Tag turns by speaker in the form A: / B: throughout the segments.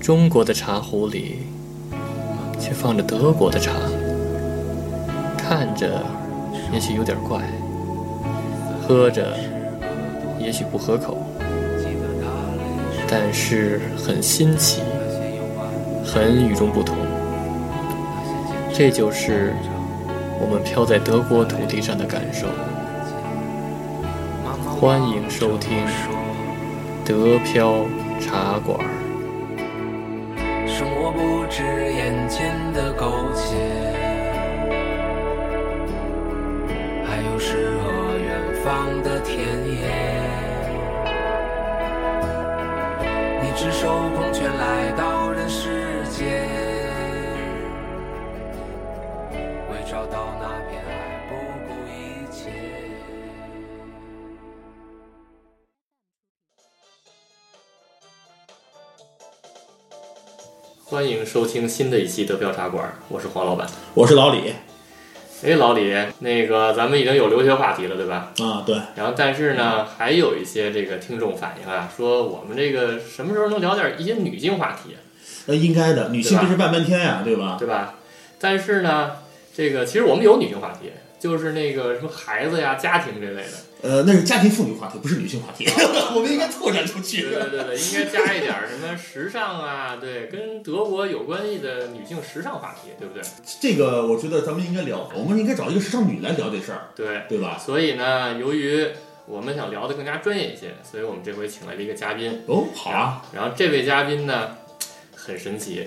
A: 中国的茶壶里却放着德国的茶，看着也许有点怪，喝着也许不合口，但是很新奇，很与众不同。这就是我们飘在德国土地上的感受。欢迎收听德飘茶馆。
B: 生活不止眼前的苟且，还有诗和远方的田野。你赤手空拳来到人世间，为找到那片爱不顾一切。
A: 欢迎收听新的一期德飘茶馆，我是黄老板。
C: 我是老李
A: 哎，老李，那个咱们已经有留学话题了，对吧？
C: 啊，对，
A: 然后，但是呢，还有一些这个听众反映啊，说我们这个什么时候能聊点一些女性话题，
C: 那应该的，女
A: 对
C: 性
A: 吧
C: 这事办半天呀、对吧？
A: 对吧？但是呢，这个其实我们有女性话题，就是那个什么孩子呀、家庭这类的。
C: 呃，那是家庭妇女话题，不是女性话题， 我们应该拓展出去
A: 对。对对对，应该加一点儿什么时尚啊，对，跟德国有关系的女性时尚话题，对不对？
C: 这个我觉得咱们应该聊，我们应该找一个时尚女来聊这事儿，
A: 对。
C: 对吧？
A: 所以呢，由于我们想聊的更加专业一些，所以我们这回请来了一个嘉宾。
C: 哦，好啊，
A: 然后这位嘉宾呢，很神奇。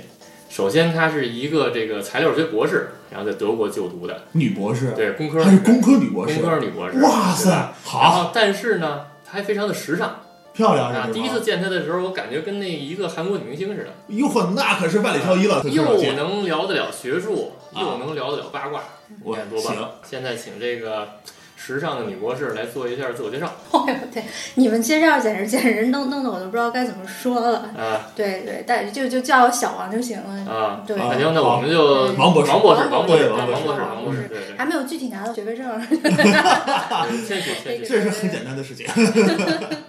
A: 首先，他是一个这个材料学博士，然后在德国就读的，
C: 女博士，
A: 对，工科，
C: 她是哎工科女博士
A: 工，科女博士。对
C: 哇
A: 吧！
C: 塞，
A: 然
C: 好
A: 后，但是呢，她还非常的时尚
C: 漂亮
A: 啊！
C: 是
A: 第一次见她的时候，我感觉跟那一个韩国女明星 似的，
C: 哟呵，那可是万里挑一了，
A: 又
C: 我
A: 能聊得了学术，
C: 啊
A: 又能聊得了八卦，你
C: 我
A: 看多
C: 行，
A: 棒！现在请这个时尚的女博士来做一下自我介绍
D: 哎呦，对，你们介绍简直简直弄弄得我都不知道该怎么说了。
A: 啊
D: 对对，但就就叫我小王就行了。
A: 啊！
D: 对，
C: 啊
A: 那行，那我们就
D: 嗯
C: 王博士
A: 王博士，王博
D: 王博
A: 士，
D: 士
A: 王博士，
D: 对
A: 王博士，对对
D: 还没有具体拿到学位证儿。
A: 对，谦虚谦虚。
C: 这是很简单的 事情。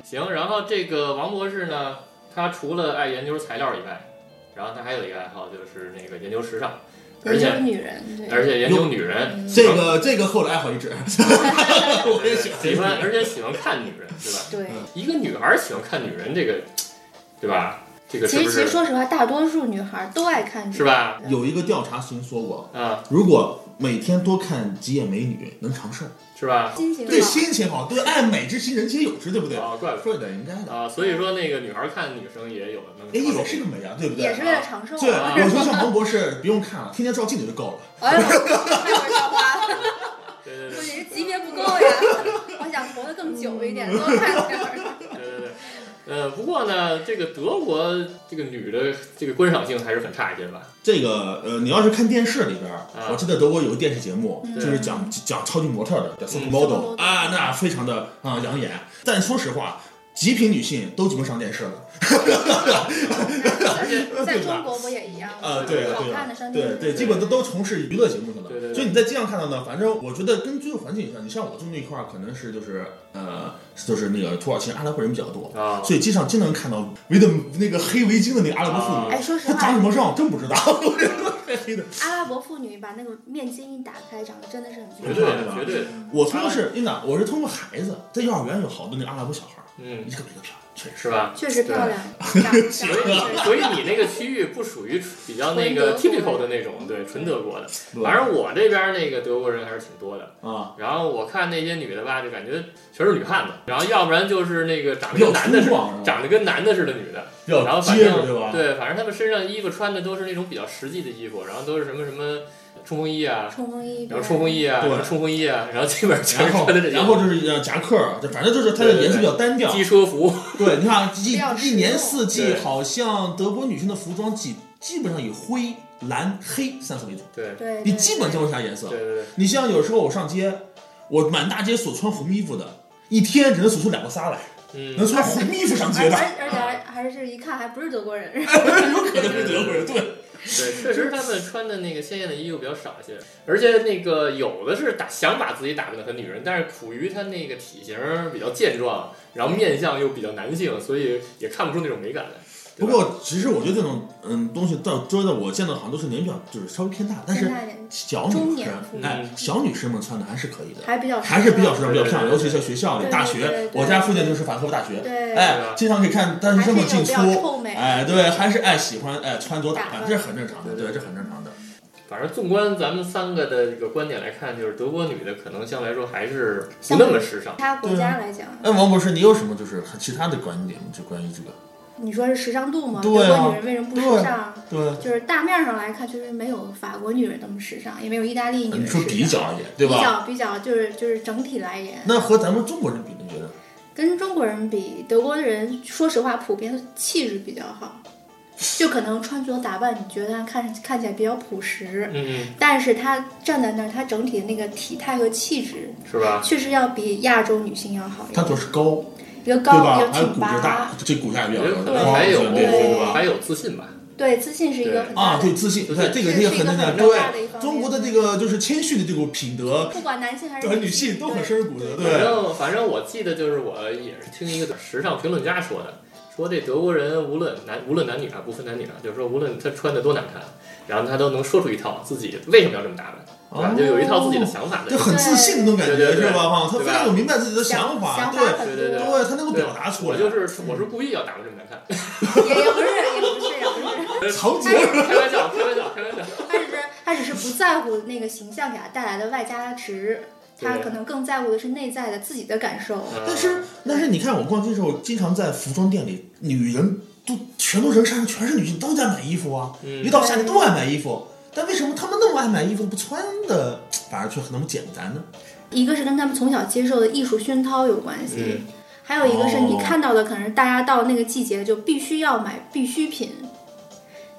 A: 行，然后这个王博士呢，他除了爱研究材料以外，然后他还有一个爱好就是那个研究时尚，而
D: 研究
A: 且
D: 女嗯人，对，
A: 而且研究女人，
C: 这个这个后来好一直， 我也喜欢
A: 喜欢，而且喜欢看女人，对吧？
D: 对。
A: 一个女孩儿喜欢看女人，这个对吧？这个
D: 其
A: 是不
D: 实其实
A: 是
D: 说实话，大多数女孩儿都爱看女
A: 是？吧？
C: 有一个调查曾经说过，
A: 啊，
C: 如果每天多看几眼美女，能长寿，
A: 是吧？
D: 心情
C: 对
D: 好，
C: 心情好，对爱美之心人皆有之，对不对？
A: 啊，怪不
C: 说的应该的，
A: 啊，所以说那个女孩儿看女生也有那么
C: 哎，也是个美啊，对不对？
D: 也是为了长寿。
C: 对，
D: 啊
C: 我觉得像王博士不用看了，天天照镜子就够了。
D: 哎呦，太会照花了，
A: 对对对
D: 我这是级别不够呀！我想活得更久一点，多看 点儿。
A: 对对对。呃，不过呢，这个德国这个女的这个观赏性还是很差一些吧？
C: 这个呃，你要是看电视里边儿，
A: 啊
C: 我记得德国有个电视节目，
D: 嗯
C: 就是讲讲超级模特的，叫 supermodel、
D: supermodel
C: 啊，那非常的啊养眼。但说实话，极品女性都基本上电视了。
A: 而且
D: 在中国不也一样吗？
C: 啊对啊
D: 好
C: 对啊
D: 看的山
C: 对
D: 东
C: 对，基本都都从事娱乐节目去了。
A: 嗯对对对
C: 所以你在街上看到呢，反正我觉得跟居住环境影响。你像我住那一块儿，可能是就是呃，就是那个土耳其人、阿拉伯人比较多，
A: 啊，
C: 所以街上经常看到围着那个黑围巾的那个阿拉伯妇
A: 啊
C: 女。
D: 哎，说实
C: 她
D: 话，
C: 长什么样真不 知道，我跟你说太黑的。
D: 阿拉伯妇女把那个面巾一打开，长得真的是很漂
A: 绝
D: 亮。
A: 对的，绝对的，
C: 我通过是，真的，我是通过孩子，在幼儿园有好多那个阿拉伯小孩儿，
A: 嗯
C: 一，个比一个漂亮，确实。
A: 是吧？
D: 确实漂亮，长
A: 所以
D: 长得
A: 你，
D: 是
A: 所以你那个区域不属于比较那个
D: 纯德
A: typical
D: 国
A: 的那种，对，纯德国的。
C: 对
A: 反正我这边那个德国人还是挺多的。
C: 啊，
A: 然后我看那些女的吧，就感觉全是女汉子，然后要不然就是那个长得
C: 比较
A: 跟男的似
C: 粗
A: 的，
C: 犷，
A: 长得跟男的似的女的。
C: 比
A: 然后
C: 较
A: 反
C: 结实，
A: 正
C: 对吧？
A: 对，反正他们身上衣服穿的都是那种比较实际的衣服，然后都是什么什么冲锋衣啊，
D: 冲锋衣，
A: 然后冲锋衣啊，
C: 对
A: 然后冲锋衣啊，然后基本上全
C: 然
A: 是
C: 后
A: 穿的这些
C: 然后就是呃夹克儿，这反正就是它的颜色比较单调，
A: 机车服，
C: 对，你看一
D: 比较实
C: 一
D: 用
C: 年四季，
A: 对
C: 好像德国女生的服装基基本上以灰、蓝、黑三色为主，
A: 对
D: 哎对，对
C: 你基本就。是啥颜
A: 对
C: 色。
A: 对对，
C: 你像有时候我上街，我满大街所穿红衣服的，一天只能数出两个仨来，能
A: 嗯，
C: 穿红衣服上
D: 而
C: 街的，
D: 而而且还还是一看还不是德 国人，
C: 有 可能是德国人。对，
A: 对，确实他们穿的那个鲜艳的衣服比较少一些，而且那个有的是打想把自己打扮得很女人，但是苦于她那个体型比较健壮，然后面相又比较男性，所以也看不出那种美感来。
C: 不过其实我觉得这种嗯东西到桌子我见到好像都是年纪比较就是稍微偏大，但是
D: 偏大一点
C: 小
D: 中
C: 女
D: 年
C: 生
D: 妇女
C: 哎小女生们穿的还是可以的，
D: 还比较
C: 还是比较时尚、
A: 对
C: 比较
A: 对
C: 漂亮，
A: 对
C: 尤其在学校里、
D: 对
C: 大
D: 对对
C: 学，
D: 对
C: 我家附近就是法科大学，
D: 对
C: 哎，经常可以看大学生们进出
D: 还是有比较臭，美
C: 哎，对，还是爱喜欢哎穿着打
D: 打
C: 扮，
D: 扮
C: 这很正常的，
A: 对
C: 对，这很正常的，
A: 反正纵观咱们三个的这个观点来看，就是德国女的可能相对来说还是不
D: 相对
A: 那么时尚
D: 其。他国家来讲，
C: 哎，王博士，你有什么就是其他的观点吗？就关于这个？
D: 你说是时尚度吗？德
C: 对啊
D: 国女人为什么不时尚？
C: 对，
D: 就是大面上来看，就是没有法国女人那么时尚，也没有意大利女
C: 你
D: 人
C: 说
D: 时
C: 比
D: 尚。
C: 较一点，对
D: 比
C: 吧？
D: 较比较就是就是整体来言，
C: 那和咱们中国人比，你觉得？
D: 跟中国人比，德国人说实话普遍气质比较好，就可能穿着打扮，你觉得他看看起来比较朴实，
A: 嗯，
D: 但是他站在那儿，他整体的那个体态和气质，
A: 是吧？
D: 确实要比亚洲女性要好一
C: 他
D: 点。
C: 主要是高，
D: 一个
C: 对
D: 高，
C: 吧还
D: 一？
C: 有骨
D: 个挺
C: 骼大
D: 拔，，
C: 这骨架比较
A: 也有
C: 高，
A: 可
C: 然
A: 能
C: 后
A: 还有哦
C: 对对吧？
A: 还有自信吧。
D: 对，自信是一个
A: 对
D: 很
C: 啊，
D: 大的
C: 对，自信，对这个
D: 这
C: 这个
D: 是一
C: 很
D: 个
C: 重要。
D: 很重要的一
C: 对，
D: 方面
C: 中国的这个就是谦虚的这个品德
D: 不管男性还是
C: 和女性都很
D: 对
C: 深入骨骼，
A: 反
C: 对。
A: 正反正我记得就是我也是听一个时尚评论家说的，说这德国人无论男无论男女啊，不分男女啊，就是说无论他穿的多难看，然后他都能说出一套自己为什么要这么打扮，对吧？
C: 哦
A: 就有一套自己的想法
C: 就
A: 的。
C: 很自信那种感
A: 对
C: 觉，
A: 对对
C: 是吧？哈，他
A: 对
C: 非
A: 吧
C: 常有明白自己的
D: 想
C: 法，
D: 法
C: 对，
D: 很
A: 对对
D: 多，
C: 对他能够表达出
A: 我
C: 来，
A: 就是我是故意要打扮这么难看，
D: 也也不是也不是也不是。
C: 藏拙
D: 他只
A: 开玩笑，开玩笑，开玩笑。
D: 他只是他只是不在乎那个形象给他带来的外加值，他
A: 对
D: 可能更在乎的是内在的自己的感受。
C: 但是但是你看，我逛街的时候，经常在服装店里，女人都全都人山，全是女性，都在买衣服啊。
A: 嗯
C: 一到夏天都爱买衣服，但为什么她们那么爱买衣服，不穿的反而却那么简单呢？
D: 一个是跟他们从小接受的艺术熏陶有关系，
A: 嗯
D: 还有一个是
C: 哦
D: 你看到的可能是大家到那个季节就必须要买必需品，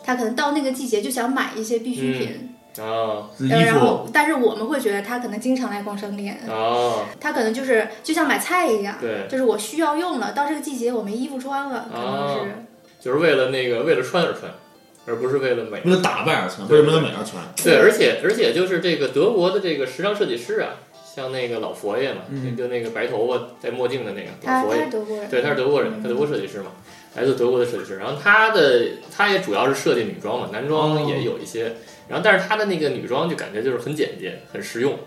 D: 他可能到那个季节就想买一些必需品，呃
A: 啊
D: 哎然后但是我们会觉得他可能经常来逛商店，
A: 啊，
D: 他可能就是就像买菜一样，
A: 对，
D: 就是我需要用了，到这个季节我没衣服穿了，可
A: 哦
D: 能是。
A: 就是为了那个为了穿而穿，而不是为了美。
C: 为了打扮而穿，
A: 对
C: 为什么要美而穿？
D: 嗯
A: 对，而且而且就是这个德国的这个时尚设计师啊，像那个老佛爷嘛，
C: 嗯
A: 就那个白头发戴墨镜的那个老
D: 他
A: 佛
D: 他
A: 爷
D: 是，德国人，
A: 哦对，他是德国人，他德国设计师嘛，来自德国的设计师。然后他的他也主要是设计女装嘛，男
D: 哦
A: 装也有一些。然后但是他的那个女装就感觉就是很简洁，很实用，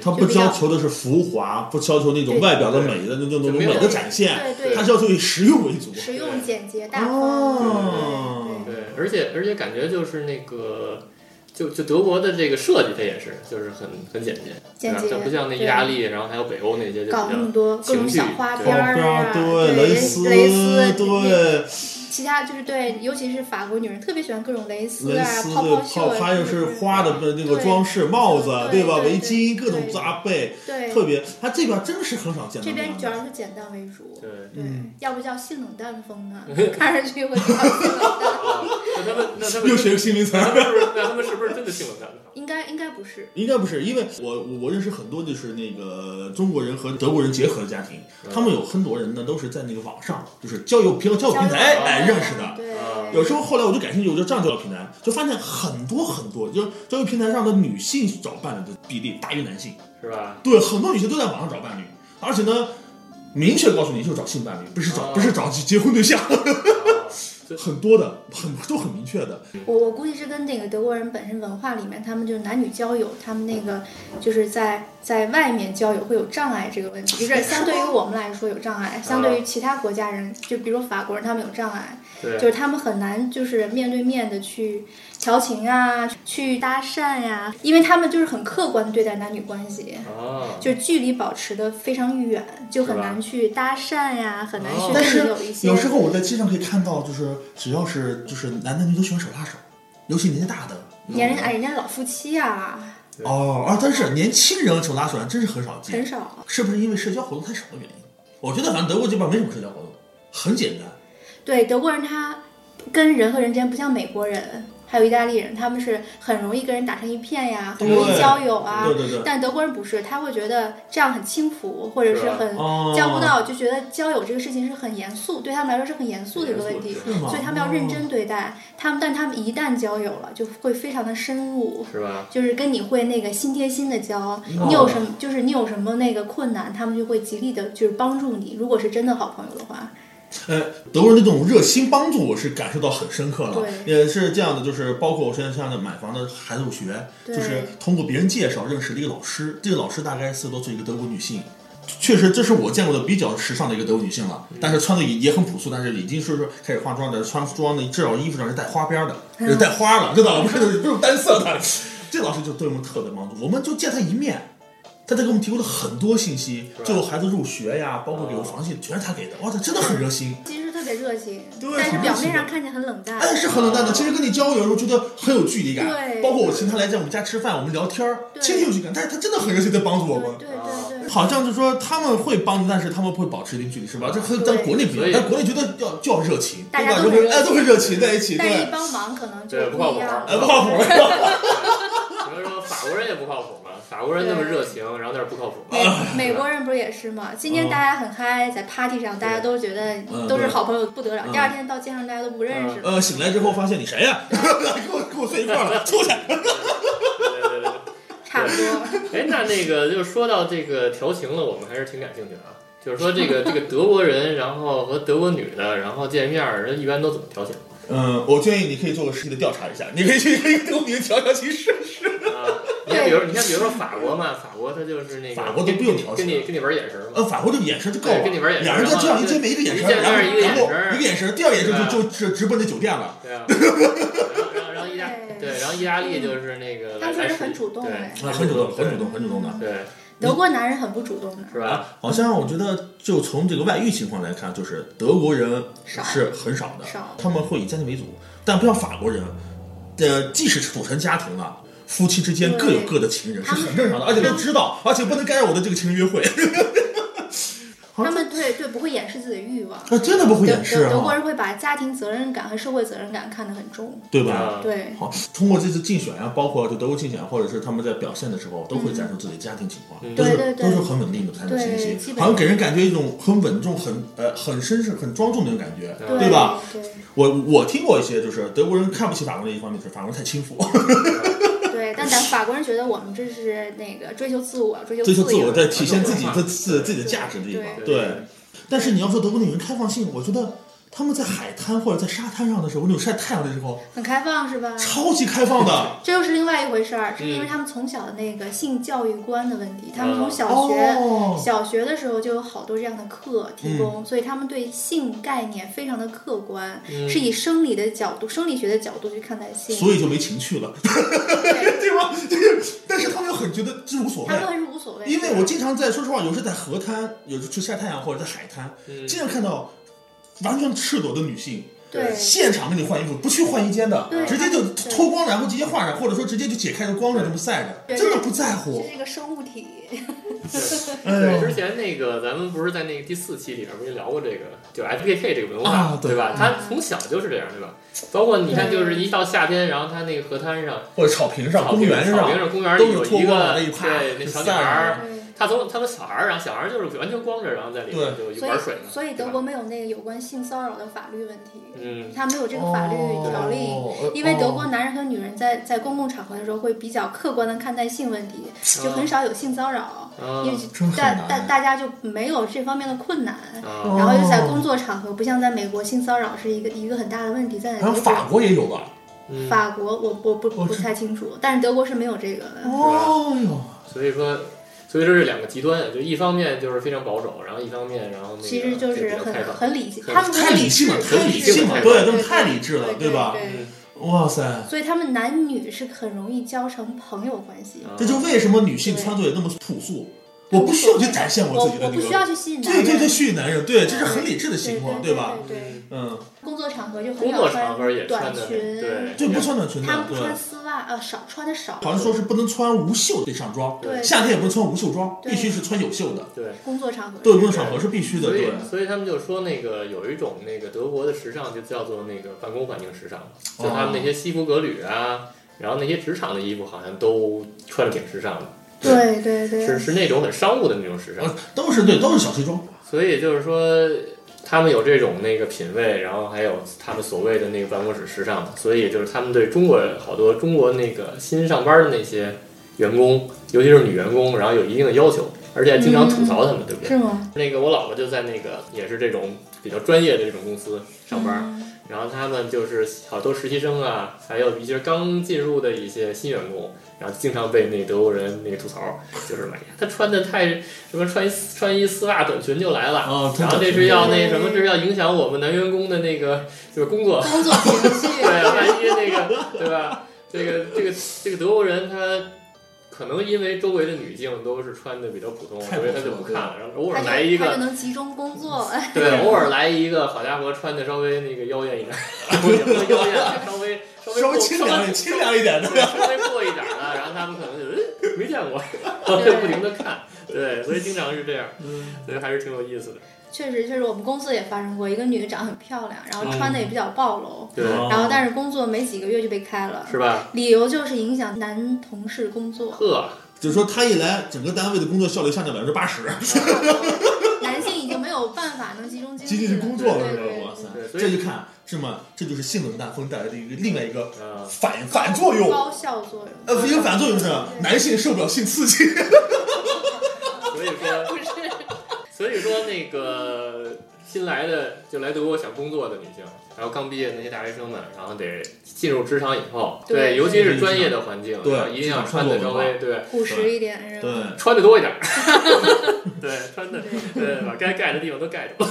C: 她不要求的是浮华，不要求那种
D: 对
C: 外表的美的那种那种
A: 就没有
C: 美的展现，
D: 对对
C: 她是要求以实用为主。
D: 实用、简洁、大
C: 哦
D: 方。对
A: 对，而且而且感觉就是那个。就就德国的这个设计，它也是，就是很很简洁，
D: 简
A: 对吧
D: 洁
A: 像不像那意大利，然后还有北欧那些就比
D: 对
A: 较
D: 搞那么多各种小花边
C: 花
D: 儿啊，
C: 哦对
D: 蕾
C: 丝，
D: 蕾丝，
C: 对
D: 其他就是对，尤其是法国女人特别喜欢各种蕾丝
C: 蕾
D: 啊、
C: 丝，
D: 泡
C: 对
D: 泡袖
C: 泡，
D: 啊，
C: 还有是花的那个
D: 对
C: 装饰，帽子，啊
D: 对
C: 吧？
D: 对
C: 围巾，
D: 对
C: 各种
D: 对
C: 扎背，
D: 对，
C: 特别，他这边真是很少见到
D: 这
C: 样
D: 边
C: 的
D: 主要是简单为主。
A: 对，
D: 对
C: 嗯，
D: 要不叫性冷淡风呢， 看上去会比较性冷淡。
A: 啊那他们那他们
C: 又学个新名词
A: 那
C: 儿。
A: 他们是不是那他们是不是真的性冷淡呢？
D: 应该应该不是，
C: 应该不是，因为我我我认识很多就是那个中国人和德国人结合的家庭，
D: 嗯
C: 他们有很多人呢都是在那个网上，就是交友平交友平台
D: 交友
C: 哎
D: 啊
C: 认识的。
D: 对
A: 啊，
C: 有时候后来我就感兴趣，我就上交友平台，就发现很多很多，就是交友平台上的女性找伴侣的比例大于男性。
A: 是吧？
C: 对，很多女性都在网上找伴侣，而且呢，明确告诉你就是找性伴侣，不是找、
A: 哦
C: 不是找结婚对象，
D: 哦
A: 啊
C: 很多的很都很明确的。
D: 我我估计是跟那个德国人本身文化里面，他们就是男女交友，他们那个就是在在外面交友会有障碍这个问题，就是相对于我们来说有障碍，相对于其他国家人，就比如法国人他们有障碍，
A: 对，
D: 就是他们很难就是面对面的去调情啊，去搭讪呀、因为他们就是很客观地对待男女关系。
A: 啊，
D: 就距离保持的非常远，就很
A: 是吧
D: 难去搭讪呀、很难
A: 哦
D: 去
C: 但
D: 跟
C: 是
D: 你有一些。
C: 有时候我在街上可以看到，就是只要是就是男男女都喜欢手拉手，尤其年纪大的。
D: 年人哎，人家老夫妻啊，
C: 哦，啊，但是年轻人手拉手还真是很少
D: 很
C: 见，
D: 少。
C: 是不是因为社交活动太少的原因？我觉得反正德国这边没什么社交活动，很简单。
D: 对，德国人他跟人和人之间不像美国人，还有意大利人，他们是很容易跟人打成一片呀，很容易
C: 对
D: 交友啊
C: 对。对对，
D: 但德国人不是，他会觉得这样很轻浮，或者
A: 是
D: 是
A: 吧
D: 很
C: 哦，
D: 交不到，就觉得交友这个事情是很严肃，对他们来说是很严肃的一个问题，
A: 是
C: 是吗？
D: 所以他们要认
C: 哦。
D: 真对待。他们，但他们一旦交友了，就会非常的深入。
A: 是吧？
D: 就是跟你会那个心贴心的交，你有什么就是你有什么那个困难，他们就会极力的，就是帮助你。如果是真的好朋友的话，
C: 呃，德国人的这种热心帮助，我是感受到很深刻了。
D: 对
C: 也是这样的，就是包括我现在上的买房的孩子入学，
D: 对
C: 就是通过别人介绍认识了一个老师，这个老师大概四十多岁，一个德国女性。确实，这是我见过的比较时尚的一个德国女性了，但是穿的也也很朴素，但是已经是说开始化妆的，穿妆的至少衣服上是带花边的，
D: 嗯
C: 是带花了，知道吗？不是不是单色的。这老师就对我们特别帮助，我们就见他一面，他在给我们提供了很多信息，
A: 吧
C: 最后孩子入学呀，包括给我房信，全是他给的。哇，他真的很热心。
D: 其实特别热情，
C: 对
D: 但是
C: 挺热
D: 表
C: 情
D: 面
C: 的
D: 上看起来很冷淡。
C: 哎，是很冷淡的。其实跟你交流的时候觉得很有距离感，
D: 对
C: 包括我请他来在我们家吃饭，我们聊天儿，
D: 对
C: 其实有距离感，但是他真的很热心在帮 助我啊
D: 对
C: 们。
D: 对对对，
C: 好像就说他们会帮你，但是他们会保持一定距离，是吧？这和咱
D: 对
C: 国内不
A: 所，
C: 一样
A: 以
C: 咱国内觉得要就要热情，
D: 大
C: 对
D: 家
C: 吧？
D: 都
C: 就
D: 很
C: 会哎
D: 热
C: 都会热情在一起，
D: 但是
C: 对
D: 一，帮忙可能就
A: 对不靠
D: 一
A: 谱
D: 样。
C: 哎，不靠谱。
A: 你们说法国人也不靠谱嘛？法国人那么热情，然后那是不靠谱嘛？
D: 美国人不是也是吗？今天大家很嗨，在 party 上，大家都觉得
C: 嗯
D: 都是
C: 对
D: 好朋友不得了。
C: 嗯
D: 第二天到街上，大家都不认识了。
C: 呃，醒来之后发现你谁呀？ 跟我跟我睡一块儿了，出去。
A: 对对对对。
D: 差不多。
A: 哎，那那个就是说到这个调情了，我们还是挺感兴趣的啊。就是说这 个这个德国人，然后和德国女的，然后见面儿，人一般都怎么调情
C: 嗯，我建议你可以做个实际的调查一下，你可以去跟跟我们调调情试试。
A: 啊？你看，比如你看，比如说法国嘛，法国他就是那个
C: 法国都不用调情
A: 跟你跟你玩眼神嘛。
C: 呃，法国这个眼神就够了，
A: 对跟你玩眼神
C: 两人在这样一见面，一个眼神，然后
A: 一见面一个眼
C: 然后
A: 神
C: 一个眼神，第二眼神
A: 对
C: 就就直直奔那酒店了。
A: 对 啊，然后然后然后意大
D: 对
A: 对，然后意大利就是那个来
D: 当时
A: 来
D: 是
A: 使
D: 很主动
A: 对
D: 哎，
C: 啊，很主动，很主动，很主动的。
A: 对
D: 德国男人很不主动的。
A: 是吧？
C: 好像我觉得，就从这个外遇情况来看，就是德国人是很少的，
D: 少
C: 他们会以家庭为主，但不像法国人，呃，即使是组成家庭了。夫妻之间各有各的情人是
D: 对
C: 很正常的，而且都知道，而且不能干扰我的这个情人约会。好
D: 他们对对不会掩饰自己的欲望。
C: 那 真的不会
D: 德
C: 掩饰
D: 德德国
C: 啊，
D: 人会把家庭责任感和社会责任感看得很重。
C: 对吧？
A: 啊，
D: 对，
C: 好，通过这次竞选啊，包括就德国竞选，或者是他们在表现的时候，都会展示自己家庭情况，
A: 嗯
C: 都是
D: 对对对
C: 都是很稳定的财产信
D: 对
C: 息
D: 基，本
C: 好像给人感觉一种很稳重、很呃很绅士、很庄重的那种感觉，
A: 对
C: 对吧？？
D: 对
C: 我我听过一些，就是德国人看不起法国人的一方面，就是法国人太轻浮，
D: 对，但咱法国人觉得我们这是那个追求自我，追求
C: 追求自我，
D: 由。
C: 在体现自己
A: 对
C: 的自自己的价值的地方。
A: 对
C: 对，但是你要说德国女人开放性，我觉得他们在海滩或者在沙滩上的时候，那种晒太阳的时候，
D: 很开放是吧？
C: 超级开放的。
D: 这又是另外一回事儿，是
A: 嗯
D: 因为他们从小的那个性教育观的问题，他们
A: 啊
D: 从小学
C: 嗯哦，
D: 小学的时候就有好多这样的课
C: 嗯
D: 提供，所以他们对性概念非常的客观，
A: 嗯
D: 是以生理的角度、生理学的角度去看待性，
C: 所以就没情趣了，
D: 对
C: 对吧？就是，但是他们又很觉得这无所谓
D: 他。们还是无所谓。
C: 因为我经常在，说实话，有时在河滩，有时去晒太阳或者在海滩，
A: 嗯
C: 经常看到完全赤裸的女性，
D: 对
C: 现场给你换衣服，不去换衣间的
D: 对，
C: 直接就
D: 对
C: 脱光了，然后直接换上，或者说直接就解开着光着这么晒着，
D: 对
C: 真的不在乎
D: 这。是一个生 物体，
C: 哎
A: 对，
C: 呦
A: 之前那个咱们不是在那个第四期里边不是聊过这个，就 FKK 这个文化，
C: 啊对
A: 对吧？他从小就是这样，对吧？包括你看，
D: 对
A: 就是一到夏天，然后他那个河滩上、
C: 或者草坪上、
A: 草
C: 公
A: 坪
C: 园
A: 草坪
C: 上，
A: 上、公园
C: 都
A: 里
C: 有
A: 有
C: 脱
A: 一
C: 光了
A: 个
C: 那一趴
A: 对那
C: 就
A: 小女
C: 散
A: 孩
C: 了
A: 儿，
D: 对
A: 他从他从小孩儿，然后小孩儿就是完全光着，然后在里面就
D: 所
A: 玩水
D: 以
A: 嘛。
D: 所以
A: 对
D: 德
A: 吧
D: 国没有那个有关性骚扰的法律问题，
A: 嗯，
D: 他没有这个法律条例。
A: 呃
C: 哦
D: 因为德国
C: 哦
D: 男人和女人在在公共场合的时候会比较客观的看待性问题，就很少有性骚扰，
A: 啊
D: 因为
C: 啊真很
D: 大
C: 难哎
D: 大大家就没有这方面的困难。
A: 啊，
D: 然后又
C: 哦
D: 在工作场合，不像在美国，性骚扰是一个一个很大的问题，在
C: 好像
D: 德国、
C: 法国也有吧？
A: 嗯
D: 法国我我不
C: 哦
D: 不
C: 这
D: 太清楚，但是德国是没有这个的。
C: 哦哟，
A: 所以说。所以说是两个极端，就一方面就是非常保守，然后一方面，然后那个
D: 其实就
A: 比
D: 是
A: 较
D: 很
A: 开放。
D: 很理性，
A: 很
D: 他们
C: 太
D: 很
C: 理性了，
D: 智
C: 太理性了，
A: 很理性
C: 对，
D: 对
C: 他们
D: 对
C: 太理智了，
D: 对
C: 吧？
D: 对
A: 嗯
C: 哇塞，
D: 所以他们男女是很容易交成朋友关系。
A: 啊
C: 这就为什么女性
D: 对
C: 穿着也那么朴素，我不需要去展现
D: 我
C: 自己的
D: 我
C: 那
D: 不
C: 个
D: 需要去吸引男
C: 对
D: 人，
C: 对对，蓄意男人，对，这是很理智的
D: 对
C: 行为，
D: 对
C: 吧？
D: 对对，
C: 嗯，
D: 工作场合就很
A: 工作
D: 少
A: 场合也
D: 短
A: 穿的，
D: 裙，
A: 对，
C: 就不穿短裙
D: 他
C: 的
D: 们，不
C: 对。
D: 穿丝袜，呃，少穿的少。
C: 好像说是不能穿无袖得上妆，
D: 对
C: 夏天也不能穿无袖装，
D: 对
C: 必须是穿有袖的。
A: 对，
D: 工作场合。
C: 对，工作场合是必须的，
A: 所
C: 对
A: 以，所以他们就说那个有一种那个德国的时尚就叫做那个办公环境时尚，就他们那些西服革履啊，然后那些职场的衣服好像都穿的挺时尚的，
D: 对对对
A: 是是那种很商务的那种时尚。
C: 啊，都是对，都是小西装。
A: 所以就是说，他们有这种那个品味，然后还有他们所谓的那个办公室时尚，所以就是他们对中国好多中国那个新上班的那些员工，尤其是女员工，然后有一定的要求，而且经常吐槽他们，对不对？
D: 是吗？
A: 那个我老婆就在那个也是这种比较专业的这种公司上班，
D: 嗯
A: 然后他们就是好多实习生啊，还有一些刚进入的一些新员工，然后经常被那德国人那个吐槽，就是哎呀，他穿的太什么穿一穿一丝袜短裙就来了，
C: 哦
A: 然后这是要那什么，这是要影响我们男员工的那个就是工
C: 哦
A: 作，
D: 工作情绪，
A: 对，啊万一那个对吧？这个这个这个德国人他。可能因为周围的女性都是穿的比较普通，
C: 太
A: 所以他
C: 普
A: 就
C: 通
A: 不
C: 了
A: 看了。然后偶
D: 他
A: 尔
D: 就
A: 来一
D: 他
A: 个
D: 就，能集中工 作，
A: 对，偶尔来一个，好家伙，穿的稍微那个妖艳一点，不也不是妖艳，稍微稍微
C: 稍
A: 过
C: 微清凉一点，清凉一点的。
A: 对，稍微过一点的，然后他们可能就嗯没见过，然后就不停的看，对，所以经常是这样，所以还是挺有意思的，
D: 确实确实我们公司也发生过，一个女的长得很漂亮，然后穿的也比较暴露，
A: 对，
C: 嗯 哦
D: 然后但是工作没几个月就被开了，
A: 是吧？
D: 理由就是影响男同事工作，
A: 呵，
C: 就是说他一来，整个单位的工作效率下降百分之八十，
D: 男性已经没有办法能集中 精
C: 仅仅
D: 力
C: 是
D: 了，
C: 工作了，
D: 对
C: 是吧
D: 对？
C: 哇塞
D: 对，
A: 对，所
C: 这
A: 以
C: 就看是吗？这就是性冷淡风带来的一个另外一个
A: 啊，
C: 反反作用。
D: 高效作用，
C: 呃，一个反作用是男性受不了性刺激，
A: 所以说，
D: 不是，
A: 所以说那个新来的就来德国想工作的女性，然后刚毕业那些大学生们，然后得进入职场以后，
D: 对
A: 尤其是专业的环境，
C: 对
A: 然后一定要穿的稍微对。
D: 朴实一点是吧？
C: 对，
A: 穿的多一 点，对，穿的
D: 对
A: 对，把该盖的地方都 盖住，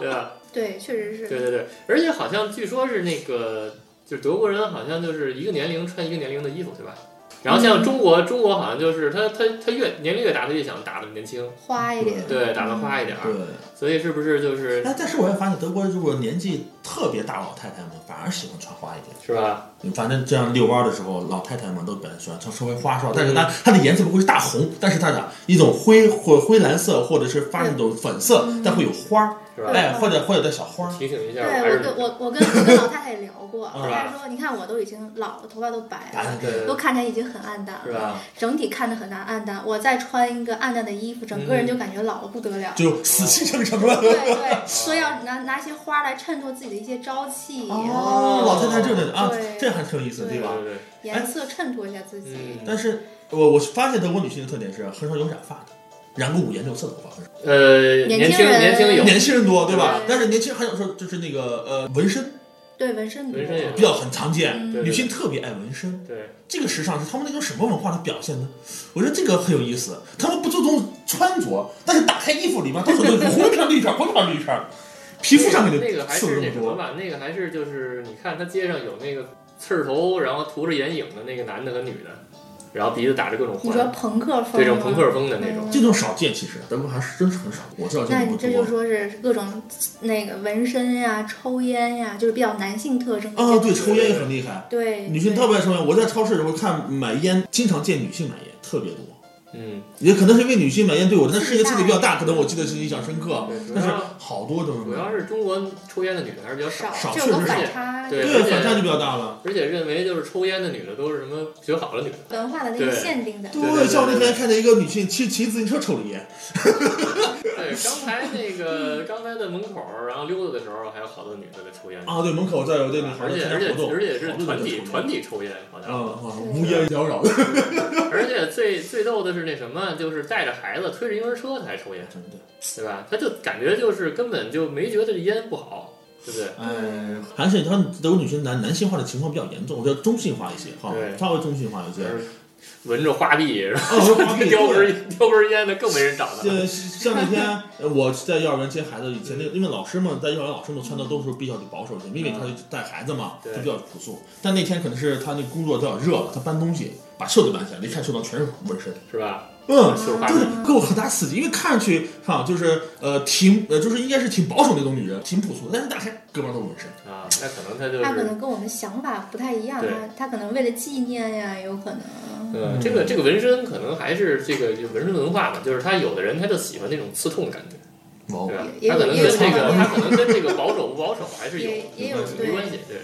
A: 对吧？
D: 对，确实
A: 对
D: 是，
A: 对对，而且好像据说是那个，就是德国人好像就是一个年龄穿一个年龄的衣服，对吧？然后像中国，中国好像就是他他他越年龄越大，他越想打的年轻，
D: 花一点，
A: 对，打的花一点儿，
C: 对。
A: 所以是不是 就是
C: 哎，但是我也发现德国如果年纪特别大，老太太们反而喜欢穿花一点。
A: 是吧？
C: 反正这样遛弯的时候，老太太们都比较喜欢穿稍微花哨，但是它
A: 嗯
C: 它的颜色不会是大红，但是它的一种灰或灰蓝色，或者是发那种粉色，
D: 嗯
C: 但会有花儿，
A: 是吧？
C: 哎，或者会有点小花儿。
A: 提醒一下，
D: 对
A: 还
D: 我
A: 是
D: 跟我我跟我跟老太太也聊过，
C: 嗯
D: 老太太说，你看我都已经老了，头发都白
C: 哎
D: 了，
A: 对
D: 都看起来已经很暗淡了
A: 是。吧？
D: 整体看得很暗暗淡，我再穿一个暗淡的衣
A: 嗯
D: 服，整个人就感觉老了不得了。
C: 就死气沉沉了。
D: 对对，说要拿拿一些花来衬托自己的一些朝气，
C: 啊
A: 哦
C: 老太太这种啊
D: 对，
C: 这还挺有意思，
D: 对
C: 对吧？
A: 对对，
D: 颜色衬托一下自己。
A: 嗯，
C: 但是我我发现德国女性的特点是很少有染发的，染个五颜六色的头发很少，
A: 呃，
D: 年
A: 年
D: 轻人
A: 年轻有
C: 年轻人多，对吧
D: 对？
C: 但是年轻人还有说就是那个呃纹身
D: 对纹身多
A: 纹身也
C: 比较很常见，
A: 对对
D: 嗯，
C: 女性特别爱纹身。
A: 对，
C: 这个时尚是他们那种什么文化的表现呢？我觉得这个很有意思。他们不注重穿着，但是打开衣服里面到处都是红一片绿一片，红一片绿一片， 皮肤上面
A: 那个
C: 就
A: 还
C: 刺
A: 是
C: 了
A: 那
C: 么
A: 什么
C: 多。
A: 吧，那个还是就是你看他街上有那个刺儿头，然后涂着眼影的那个男的和女的，然后鼻子打着各种
D: 你说
A: 环，
D: 朋克风吗
A: 这种朋克风的那种，
C: 这种少见，其实德国还是真是很少。我知道这
D: 那
C: 种
D: 你
C: 不
D: 这就
C: 多。
D: 说是各种那个纹身呀、抽烟呀，就是比较男性特征的一
C: 啊，
D: 些
C: 对，抽烟也很厉害，
D: 对
C: 女性特别爱抽烟。我在超市里面看买烟，经常见女性买烟，特别多。
A: 嗯，
C: 也可能是因为女性买烟对我的世界刺激比较大，可能我记得是印象深刻。
A: 对主
C: 但是
A: 要
C: 好多都是
A: 主
C: 买
A: 要是中国抽烟的女的还是比较少，
C: 少
D: 少，这
C: 确
D: 有个
C: 实
A: 少
D: 反差，
A: 对
C: 对
A: 而且
C: 反差就比较大了。
A: 而且认为就是抽烟的女的都是什么学好了女的，
D: 文化的那个
A: 对
D: 限定的。
A: 对对
C: 像我那
A: 对
C: 天看见一个女性骑骑自行车抽了烟，
A: 对，刚才那个刚才在门口儿然后溜达的时候，还有好多女的在抽烟，
C: 啊，对，门口在有那个好
A: 而
C: 像
A: 且
C: 参
A: 而
C: 加
A: 且
C: 活动，
A: 而且是
C: 好多
A: 团
C: 人
A: 体
C: 抽
A: 团体抽烟，好像。
C: 啊，哇无烟 缭绕的，
A: 而且最最逗的是那什么，就是带着孩子推着婴儿车才抽烟，
C: 真的，
A: 对吧？他就感觉就是根本就没觉得这烟不好，对不对？
C: 哎，还是他们德国女性男男性化的情况比较严重，我觉得中性化一些哈
A: 对，
C: 稍微中性化一些。
A: 就是闻着花币，然
C: 啊，我花
A: 后
C: 臂
A: 叼根叼根烟的更没人找他。
C: 呃，像那天呃我在幼儿园接孩子，以前那因为老师们在幼儿园老师们穿的都是比较保守一些，因为他带孩子嘛，
A: 嗯对
C: 就比较朴素。但那天可能是他那工作比较热了，他搬东西把袖子搬起来，一看袖子上全是纹身，
A: 是吧？
C: 嗯，
A: 就是花
C: 就
A: 臂
C: 是，给我很大刺激，因为看上去哈，就是呃挺呃就是应该是挺保守那种女人，挺朴素，但是大开胳膊都纹身，
A: 啊，那可能他就
D: 他可
A: 是，
D: 能跟我们想法不太一样，
A: 对
D: 他他可能为了纪念呀，有可能。
A: 呃，这个这个纹身可能还是这个就纹身文化吧，就是他有的人他就喜欢那种刺痛的感觉，
C: 毛
A: 对吧？
D: 也
A: 他可能跟这
D: 也有
A: 个
D: 也有
A: 他可能跟这个保守不保守还是有
D: 也也
A: 有
D: 有
A: 关系没关系，对。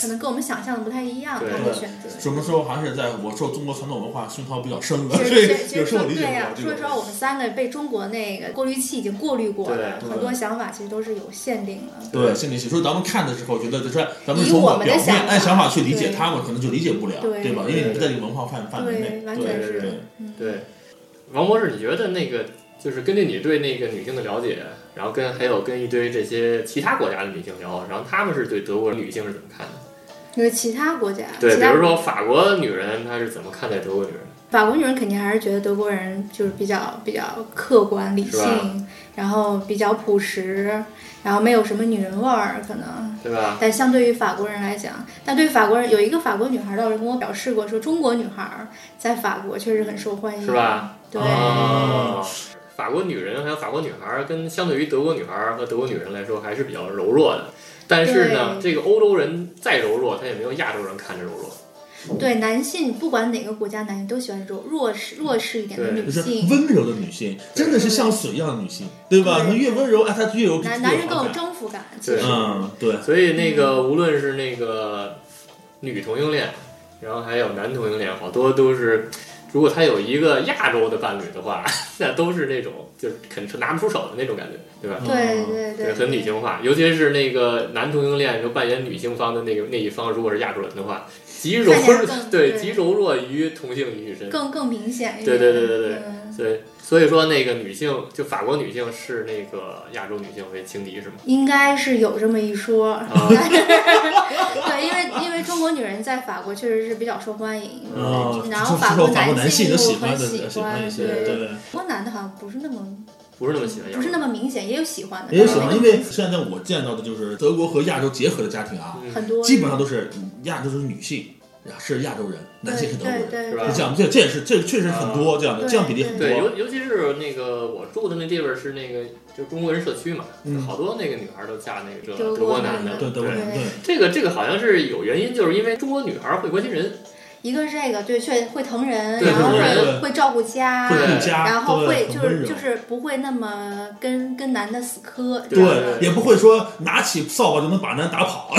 D: 可能跟我们想象的不太一样，
A: 对
D: 他会选择。
C: 什么时候还是在我受中国传统文化熏陶比较深了，
D: 其
C: 所
D: 实
C: 以
D: 其
C: 有时
D: 实说
C: 候我理解
D: 对呀、
C: 不
D: 说
C: 了这
D: 实
C: 个。
D: 话，我们三个被中国那个过滤器已经过滤过了，
A: 对
D: 很多想法其实都是有限定的。
C: 对心理学，所以咱们看的时候觉得就是咱们
D: 以
C: 从
D: 我们的
C: 表面
D: 想
C: 按想法去理解
D: 对
C: 他们，可能就理解不了，
D: 对
C: 对吧？因为你不在这个文化范范围内，
D: 对完
C: 对
D: 全
A: 是
C: 对
D: 嗯，
A: 对，王博士，你觉得那个就是根据你对那个女性的了解，然后跟还有跟一堆这些其他国家的女性聊，然后他们是对德国女性是怎么看的？
D: 就是其他国家，
A: 对，
D: 其
A: 比
D: 他
A: 如说法国女人她是怎么看待德国女人？
D: 法国女人肯定还是觉得德国人就是比较比较客观理
A: 是吧
D: 性，然后比较朴实，然后没有什么女人味儿可能。
A: 对吧？
D: 但相对于法国人来讲，但对法国人有一个法国女孩倒是跟我表示过，说中国女孩儿在法国确实很受欢迎，
A: 是吧？
D: 对，
A: 哦，法国女人还有法国女孩儿，跟相对于德国女孩儿和德国女人来说还是比较柔弱的。但是呢，这
D: 对
A: 个欧洲人再柔弱，他也没有亚洲人看着柔弱。
D: 对男性不管哪个国家男性都喜欢弱弱势弱势一点的
A: 对
D: 女
C: 就是
D: 性，
C: 温柔的女性，真的是像水一样的女性，对吧？
D: 对
C: 她越温柔，哎，她越有
D: 男男人
C: 越有
D: 更
C: 好
D: 有
C: 感。
D: 征服感，其
A: 对
D: 实
C: 嗯，对，
A: 所以那个
D: 嗯
A: 无论是那个女同性恋，然后还有男同性恋，好多都是，如果他有一个亚洲的伴侣的话， 那都是那种就是肯拿不出手的那种感觉，对吧？
D: 对
C: 嗯
D: 对
A: 对，很女性化，尤其是那个男同性恋，就扮演女性方的那个那一方，如果是亚洲人的话，极柔
D: 看起来 更
A: 对
D: 对
A: 极柔弱于同性于女身，
D: 更更明显一
A: 对
D: 点，
A: 对对对对
D: 嗯
A: 对，所以说那个女性就法国女性是那个亚洲女性为情敌是吗？
D: 应该是有这么一说，
C: 哦
A: 啊
D: 对，因为因为中国女人在法国确实是比较受欢迎，
C: 嗯，
D: 然后
C: 就是
D: 法
C: 说
D: 国
C: 法国
D: 男
C: 性都
D: 又
C: 喜
D: 很
C: 欢的，喜欢一些，
D: 对。
C: 对。
D: 中国男的好像不是那么
A: 不是那么喜欢亚洲
D: 嗯不是
A: 人，
D: 那么明显，也有喜欢的，
C: 也有喜欢，
D: 但
C: 因
D: 是
C: 为现在我见到的就是德国和亚洲结合的家庭啊，
A: 嗯
D: 很多
C: 基本上都是亚洲都是女性，是亚洲人，男性是德国
D: 对
C: 人，
D: 对
A: 是吧
D: 对
C: 是这样，这这也是这确实很多这样的，
D: 对
C: 这样比例很
A: 对，
C: 多。
A: 尤尤其是那个我住的那地方是那个就中国人社区嘛，
C: 嗯
A: 好多那个女孩都嫁那个
D: 德
A: 德国
D: 国
A: 男的，
D: 男
C: 对德国人，
D: 对
C: 对
A: 这个这个好像是有原因，就是因为中国女孩会关心人，
D: 一个是这个对，确会疼人，
A: 对
D: 然后
A: 疼人
D: 会会照顾家，
C: 会
A: 对
C: 顾家，
D: 然后
C: 对
D: 会
C: 很
D: 就
C: 温
D: 是
C: 柔
D: 就是不会那么跟跟男的死磕，这样
C: 对，
D: 的
C: 也不会说拿起扫把就能把男打跑。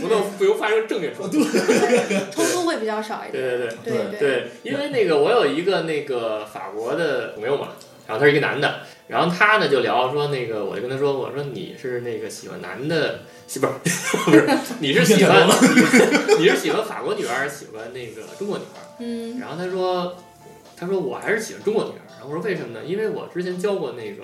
A: 不能不由发生正面冲突。
D: 冲突会比较少一
A: 对
D: 点，
A: 对对。
C: 对
D: 对
A: 对，因为那个我有一个那个法国的朋友嘛，然后他是一个男的，然后他呢就聊说那个，我就跟他说，我说你是那个喜欢男的，喜不是 不是，你是喜欢 你是喜欢法国女孩，还是喜欢那个中国女孩？
D: 嗯，
A: 然后他说，他说我还是喜欢中国女孩。然后我说为什么呢？因为我之前交过那个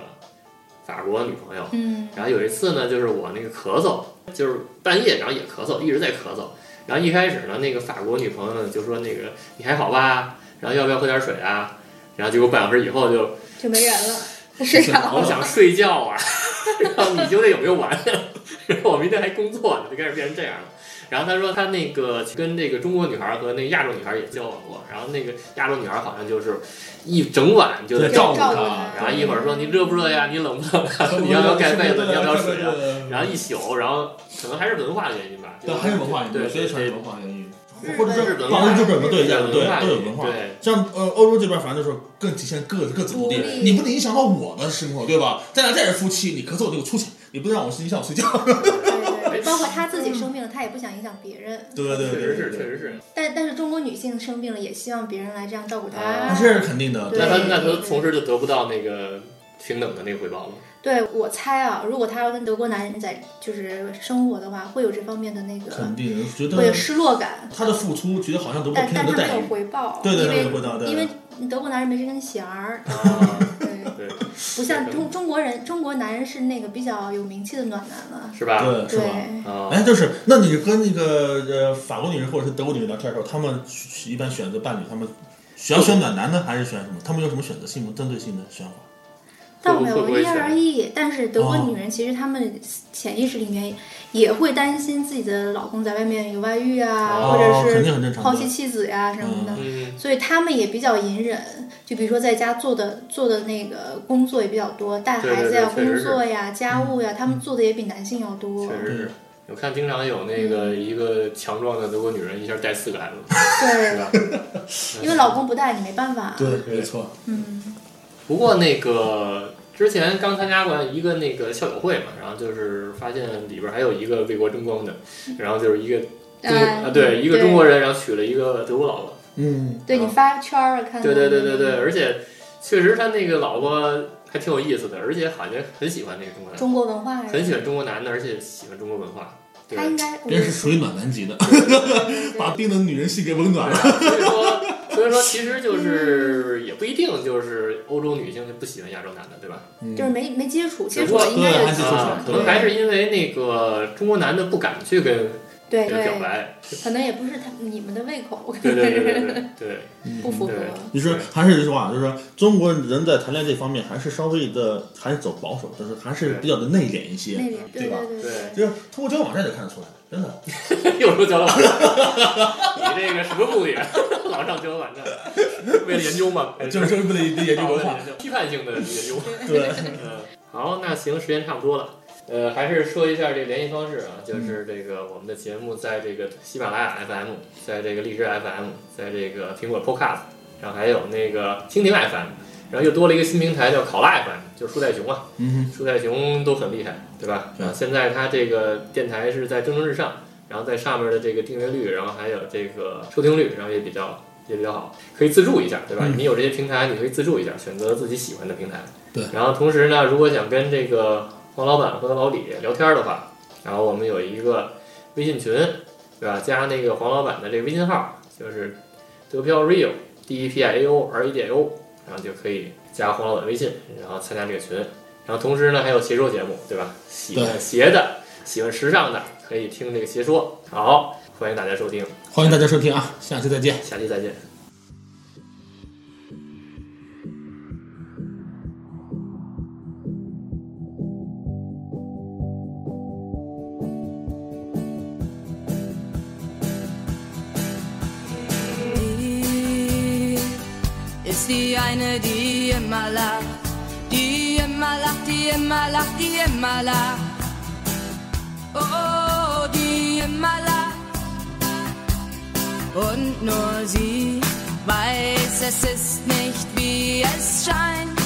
A: 法国女朋友，
D: 嗯
A: 然后有一次呢，就是我那个咳嗽，就是半夜，然后也咳嗽，一直在咳嗽。然后一开始呢，那个法国女朋友呢就说那个你还好吧？然后要不要喝点水啊？然后结果半小时以后就
D: 就没人了，睡着
A: 我
D: 了。
A: 想睡觉啊，然后你究竟有没有完？然后我明天还工作呢，就开始变成这样了。然后他说他那个跟那个中国女孩和那个亚洲女孩也交往过，然后那个亚洲女孩好像就是一整晚就在
C: 对照顾
D: 照顾
A: 她
D: 她，
A: 然后一会儿说你热不热呀？你冷不冷啊？你要不要盖被子？你要不要水啊？然后一宿，然后可能还是文化原因吧，
C: 对，还有文化原
A: 对
C: 因，所以
A: 对
C: 全是
A: 对，
C: 文化原因，
D: 日
C: 或者
D: 本
C: 说
A: 日本文
C: 法国
A: 化
C: 日本嘛，对，
A: 日
C: 亚
A: 本
C: 洲对
A: 文化
C: 都有
A: 原因
C: 文化。
A: 对
C: 像呃欧洲这边，反正就是更体现各各自独
D: 独
C: 立
D: 立，
C: 你不能影响到我的生活，对吧？咱俩再是夫妻，你咳嗽我就出去，你不能让我影响我睡觉。
D: 对对包括她自己生病了，她也不想影响别人。
C: 对对
A: 确实
C: 对对
A: 是，确
C: 对，
A: 实是。
D: 但但是中国女性生病了，也希望别人来这样照顾
A: 啊
D: 她
C: 那。这是肯定的。
D: 对
A: 那他
C: 对
A: 那他同时就得不到那个平等的那个回报了。
D: 对我猜啊，如果她要跟德国男人在就是生活的话，会有这方面的那
C: 肯
D: 个，
C: 定觉
D: 会有
C: 得
D: 失落感。
C: 他的付出，觉得好像得不到
D: 但
C: 平
D: 但
C: 等的
D: 她没
C: 待遇
D: 有。回报，
C: 对对
D: 因
C: 对，
D: 为
C: 回到对
D: 因为德国男人没这根弦儿，
A: 啊，
D: 对，
A: 对，
D: 不像中中国人，中国男人是那个比较有名气的暖男了。
A: 是吧？
C: 对是吧？
D: 对，
A: 啊，
C: 哎，就是，那你跟那个呃法国女人或者是德国女人聊天的时候，他们一般选择伴侣，他们喜欢选暖男呢，还是选什么？他们有什么选择性吗？针对性的选法？
D: 倒没
A: 会不
D: 有
A: 会
D: 因人而异。但是德国
C: 哦
D: 女人其实她们潜意识里面也会担心自己的老公在外面有外遇啊，
A: 哦
D: 或者
C: 肯
D: 是
C: 定很正常的
D: 抛弃妻子呀、什么的。
A: 嗯，
D: 所以他们也比较隐忍，就比如说在家做的做的那个工作也比较多，带
A: 对对
D: 孩子呀、
A: 对确实嗯
D: 工作呀、家务呀，他们做的也比男性要多。
A: 确实是。我看经常有那个一个强壮的德国女人一下带四个孩子， 是
D: 对，
A: 吧？
D: 因为老公不带你没办法。
C: 对，没错。
D: 嗯，
A: 不过那个之前刚参加过一个那个校友会嘛，然后就是发现里边还有一个为国争光的，然后就是一个中啊
D: 哎
A: 对一个中国人，然后娶了一个德国老婆，
C: 嗯，
D: 对你发圈儿看到
A: 对对对对对，
D: 那个
A: 而且确实他那个老婆还挺有意思的，而且好像很喜欢那个中国男的，
D: 中国文化
A: 很
D: 人，
A: 喜欢中国男的，而且喜欢中国文化。对
D: 他，应该我
C: 人是属于暖男级的，
D: 对对对
C: 把冰冷女人性给温暖了。
A: 所以说，所以以说其实就是也不一定就是欧洲女性就不喜欢亚洲男的，对吧？
D: 就是没没接触，接
A: 只
D: 触
A: 不过
D: 了应该
C: 对
D: 有
C: 还是接
D: 接
C: 触
D: 触
A: 啊
C: 了，
A: 可能还是因为那个中国男的不敢去跟
D: 对
A: 人表
D: 对，
A: 白，
D: 可能也不是他你们的胃口，我感
A: 对
D: 觉
A: 对对对对对，
D: 不符合。
A: 对
C: 你说还是一句话，就是说中国人在谈恋爱这方面还是稍微的，还是走保守，就是还是比较的内敛一些，
D: 那点对
C: 吧？
D: 对
A: 对
C: 就是通过交友网站就看得出来，真的。
A: 又说交友网站，你这个什么目的？老上交友网站，为了研究吗？还
C: 就是为了研究文化，
A: 批判性的研究。
C: 对，
A: 嗯，好，那行，时间差不多了。呃，还是说一下这联系方式啊，就是这个我们的节目在这个喜马拉雅 FM，在这个荔枝 FM，在这个苹果 Podcast，然后还有那个蜻蜓 FM，然后又多了一个新平台叫考拉 FM，就是树袋熊啊。
C: 嗯
A: 树袋熊都很厉害，对吧？
C: 对
A: 啊，现在它这个电台是在蒸蒸日上，然后在上面的这个订阅率，然后还有这个收听率，然后也比较也比较好，可以自助一下，对吧？
C: 嗯
A: 你有这些平台，你可以自助一下，选择自己喜欢的平台。
C: 对
A: 然后同时呢，如果想跟这个黄老板和老李聊天的话，然后我们有一个微信群，对吧？加那个黄老板的这个微信号，就是德飘 Rio D E P I A O R E D I O，然后就可以加黄老板微信，然后参加这个群。然后同时呢，还有邪说节目，对吧？喜欢
C: 对
A: 鞋的，喜欢时尚的，可以听这个邪说。好，欢迎大家收听，
C: 哼，欢迎大家收听啊，下期再见。
A: 下期再见。
E: Die ist die eine, die immer lacht, die immer lacht, die immer lacht, die immer lacht. Oh, die immer lacht. Und nur sie weiß, es ist nicht wie es scheint.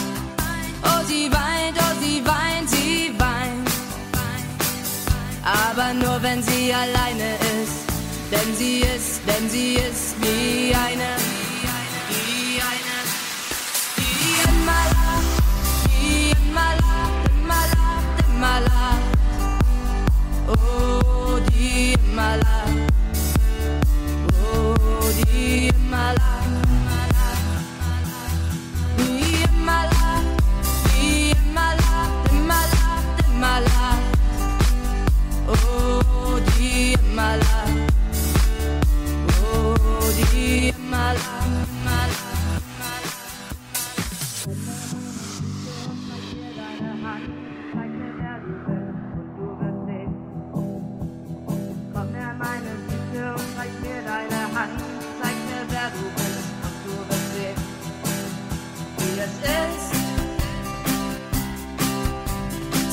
E: Oh, sie weint, oh, sie weint, sie weint aber nur wenn sie alleine ist. Denn sie ist, denn sie ist wie eine, wie eine, die immer lacht, die immer lacht, immer lacht, immer lacht. Oh, die immer lacht. Oh, die immer lacht. Die immer lacht, die immer lacht, immer lacht, immer lacht. Oh, die immer lacht. Oh, die immer lacht, immer lacht, immer lacht. Komm her, meine Güte, und zeig mir deine Hand. Zeig mir, wer du bist, und du wirst sehen, wie es ist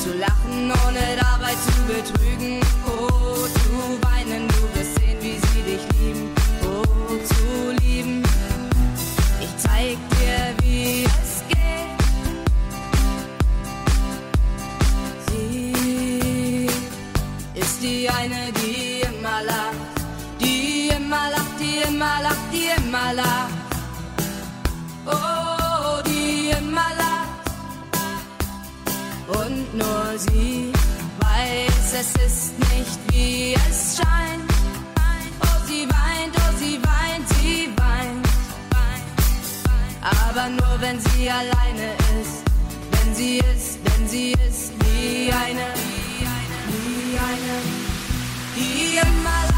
E: zu lachen, ohne dabei zu betrügen. Oh, zu weinen, du wirst sehen, wie sie dich lieben. Oh, zu lieben. Ich zeig dir, wie es geht. Sie ist die eine, die immer lacht. Die immer lacht, die immer lacht, die immer lacht. Oh, die immer lacht und nur sie weiß, es ist nicht wie es scheint. Oh, sie weint, oh, sie weint, sie weint. Aber nur wenn sie alleine ist, denn sie ist, denn sie ist wie eine, wie eine, die immer Oh, Oh, Oh,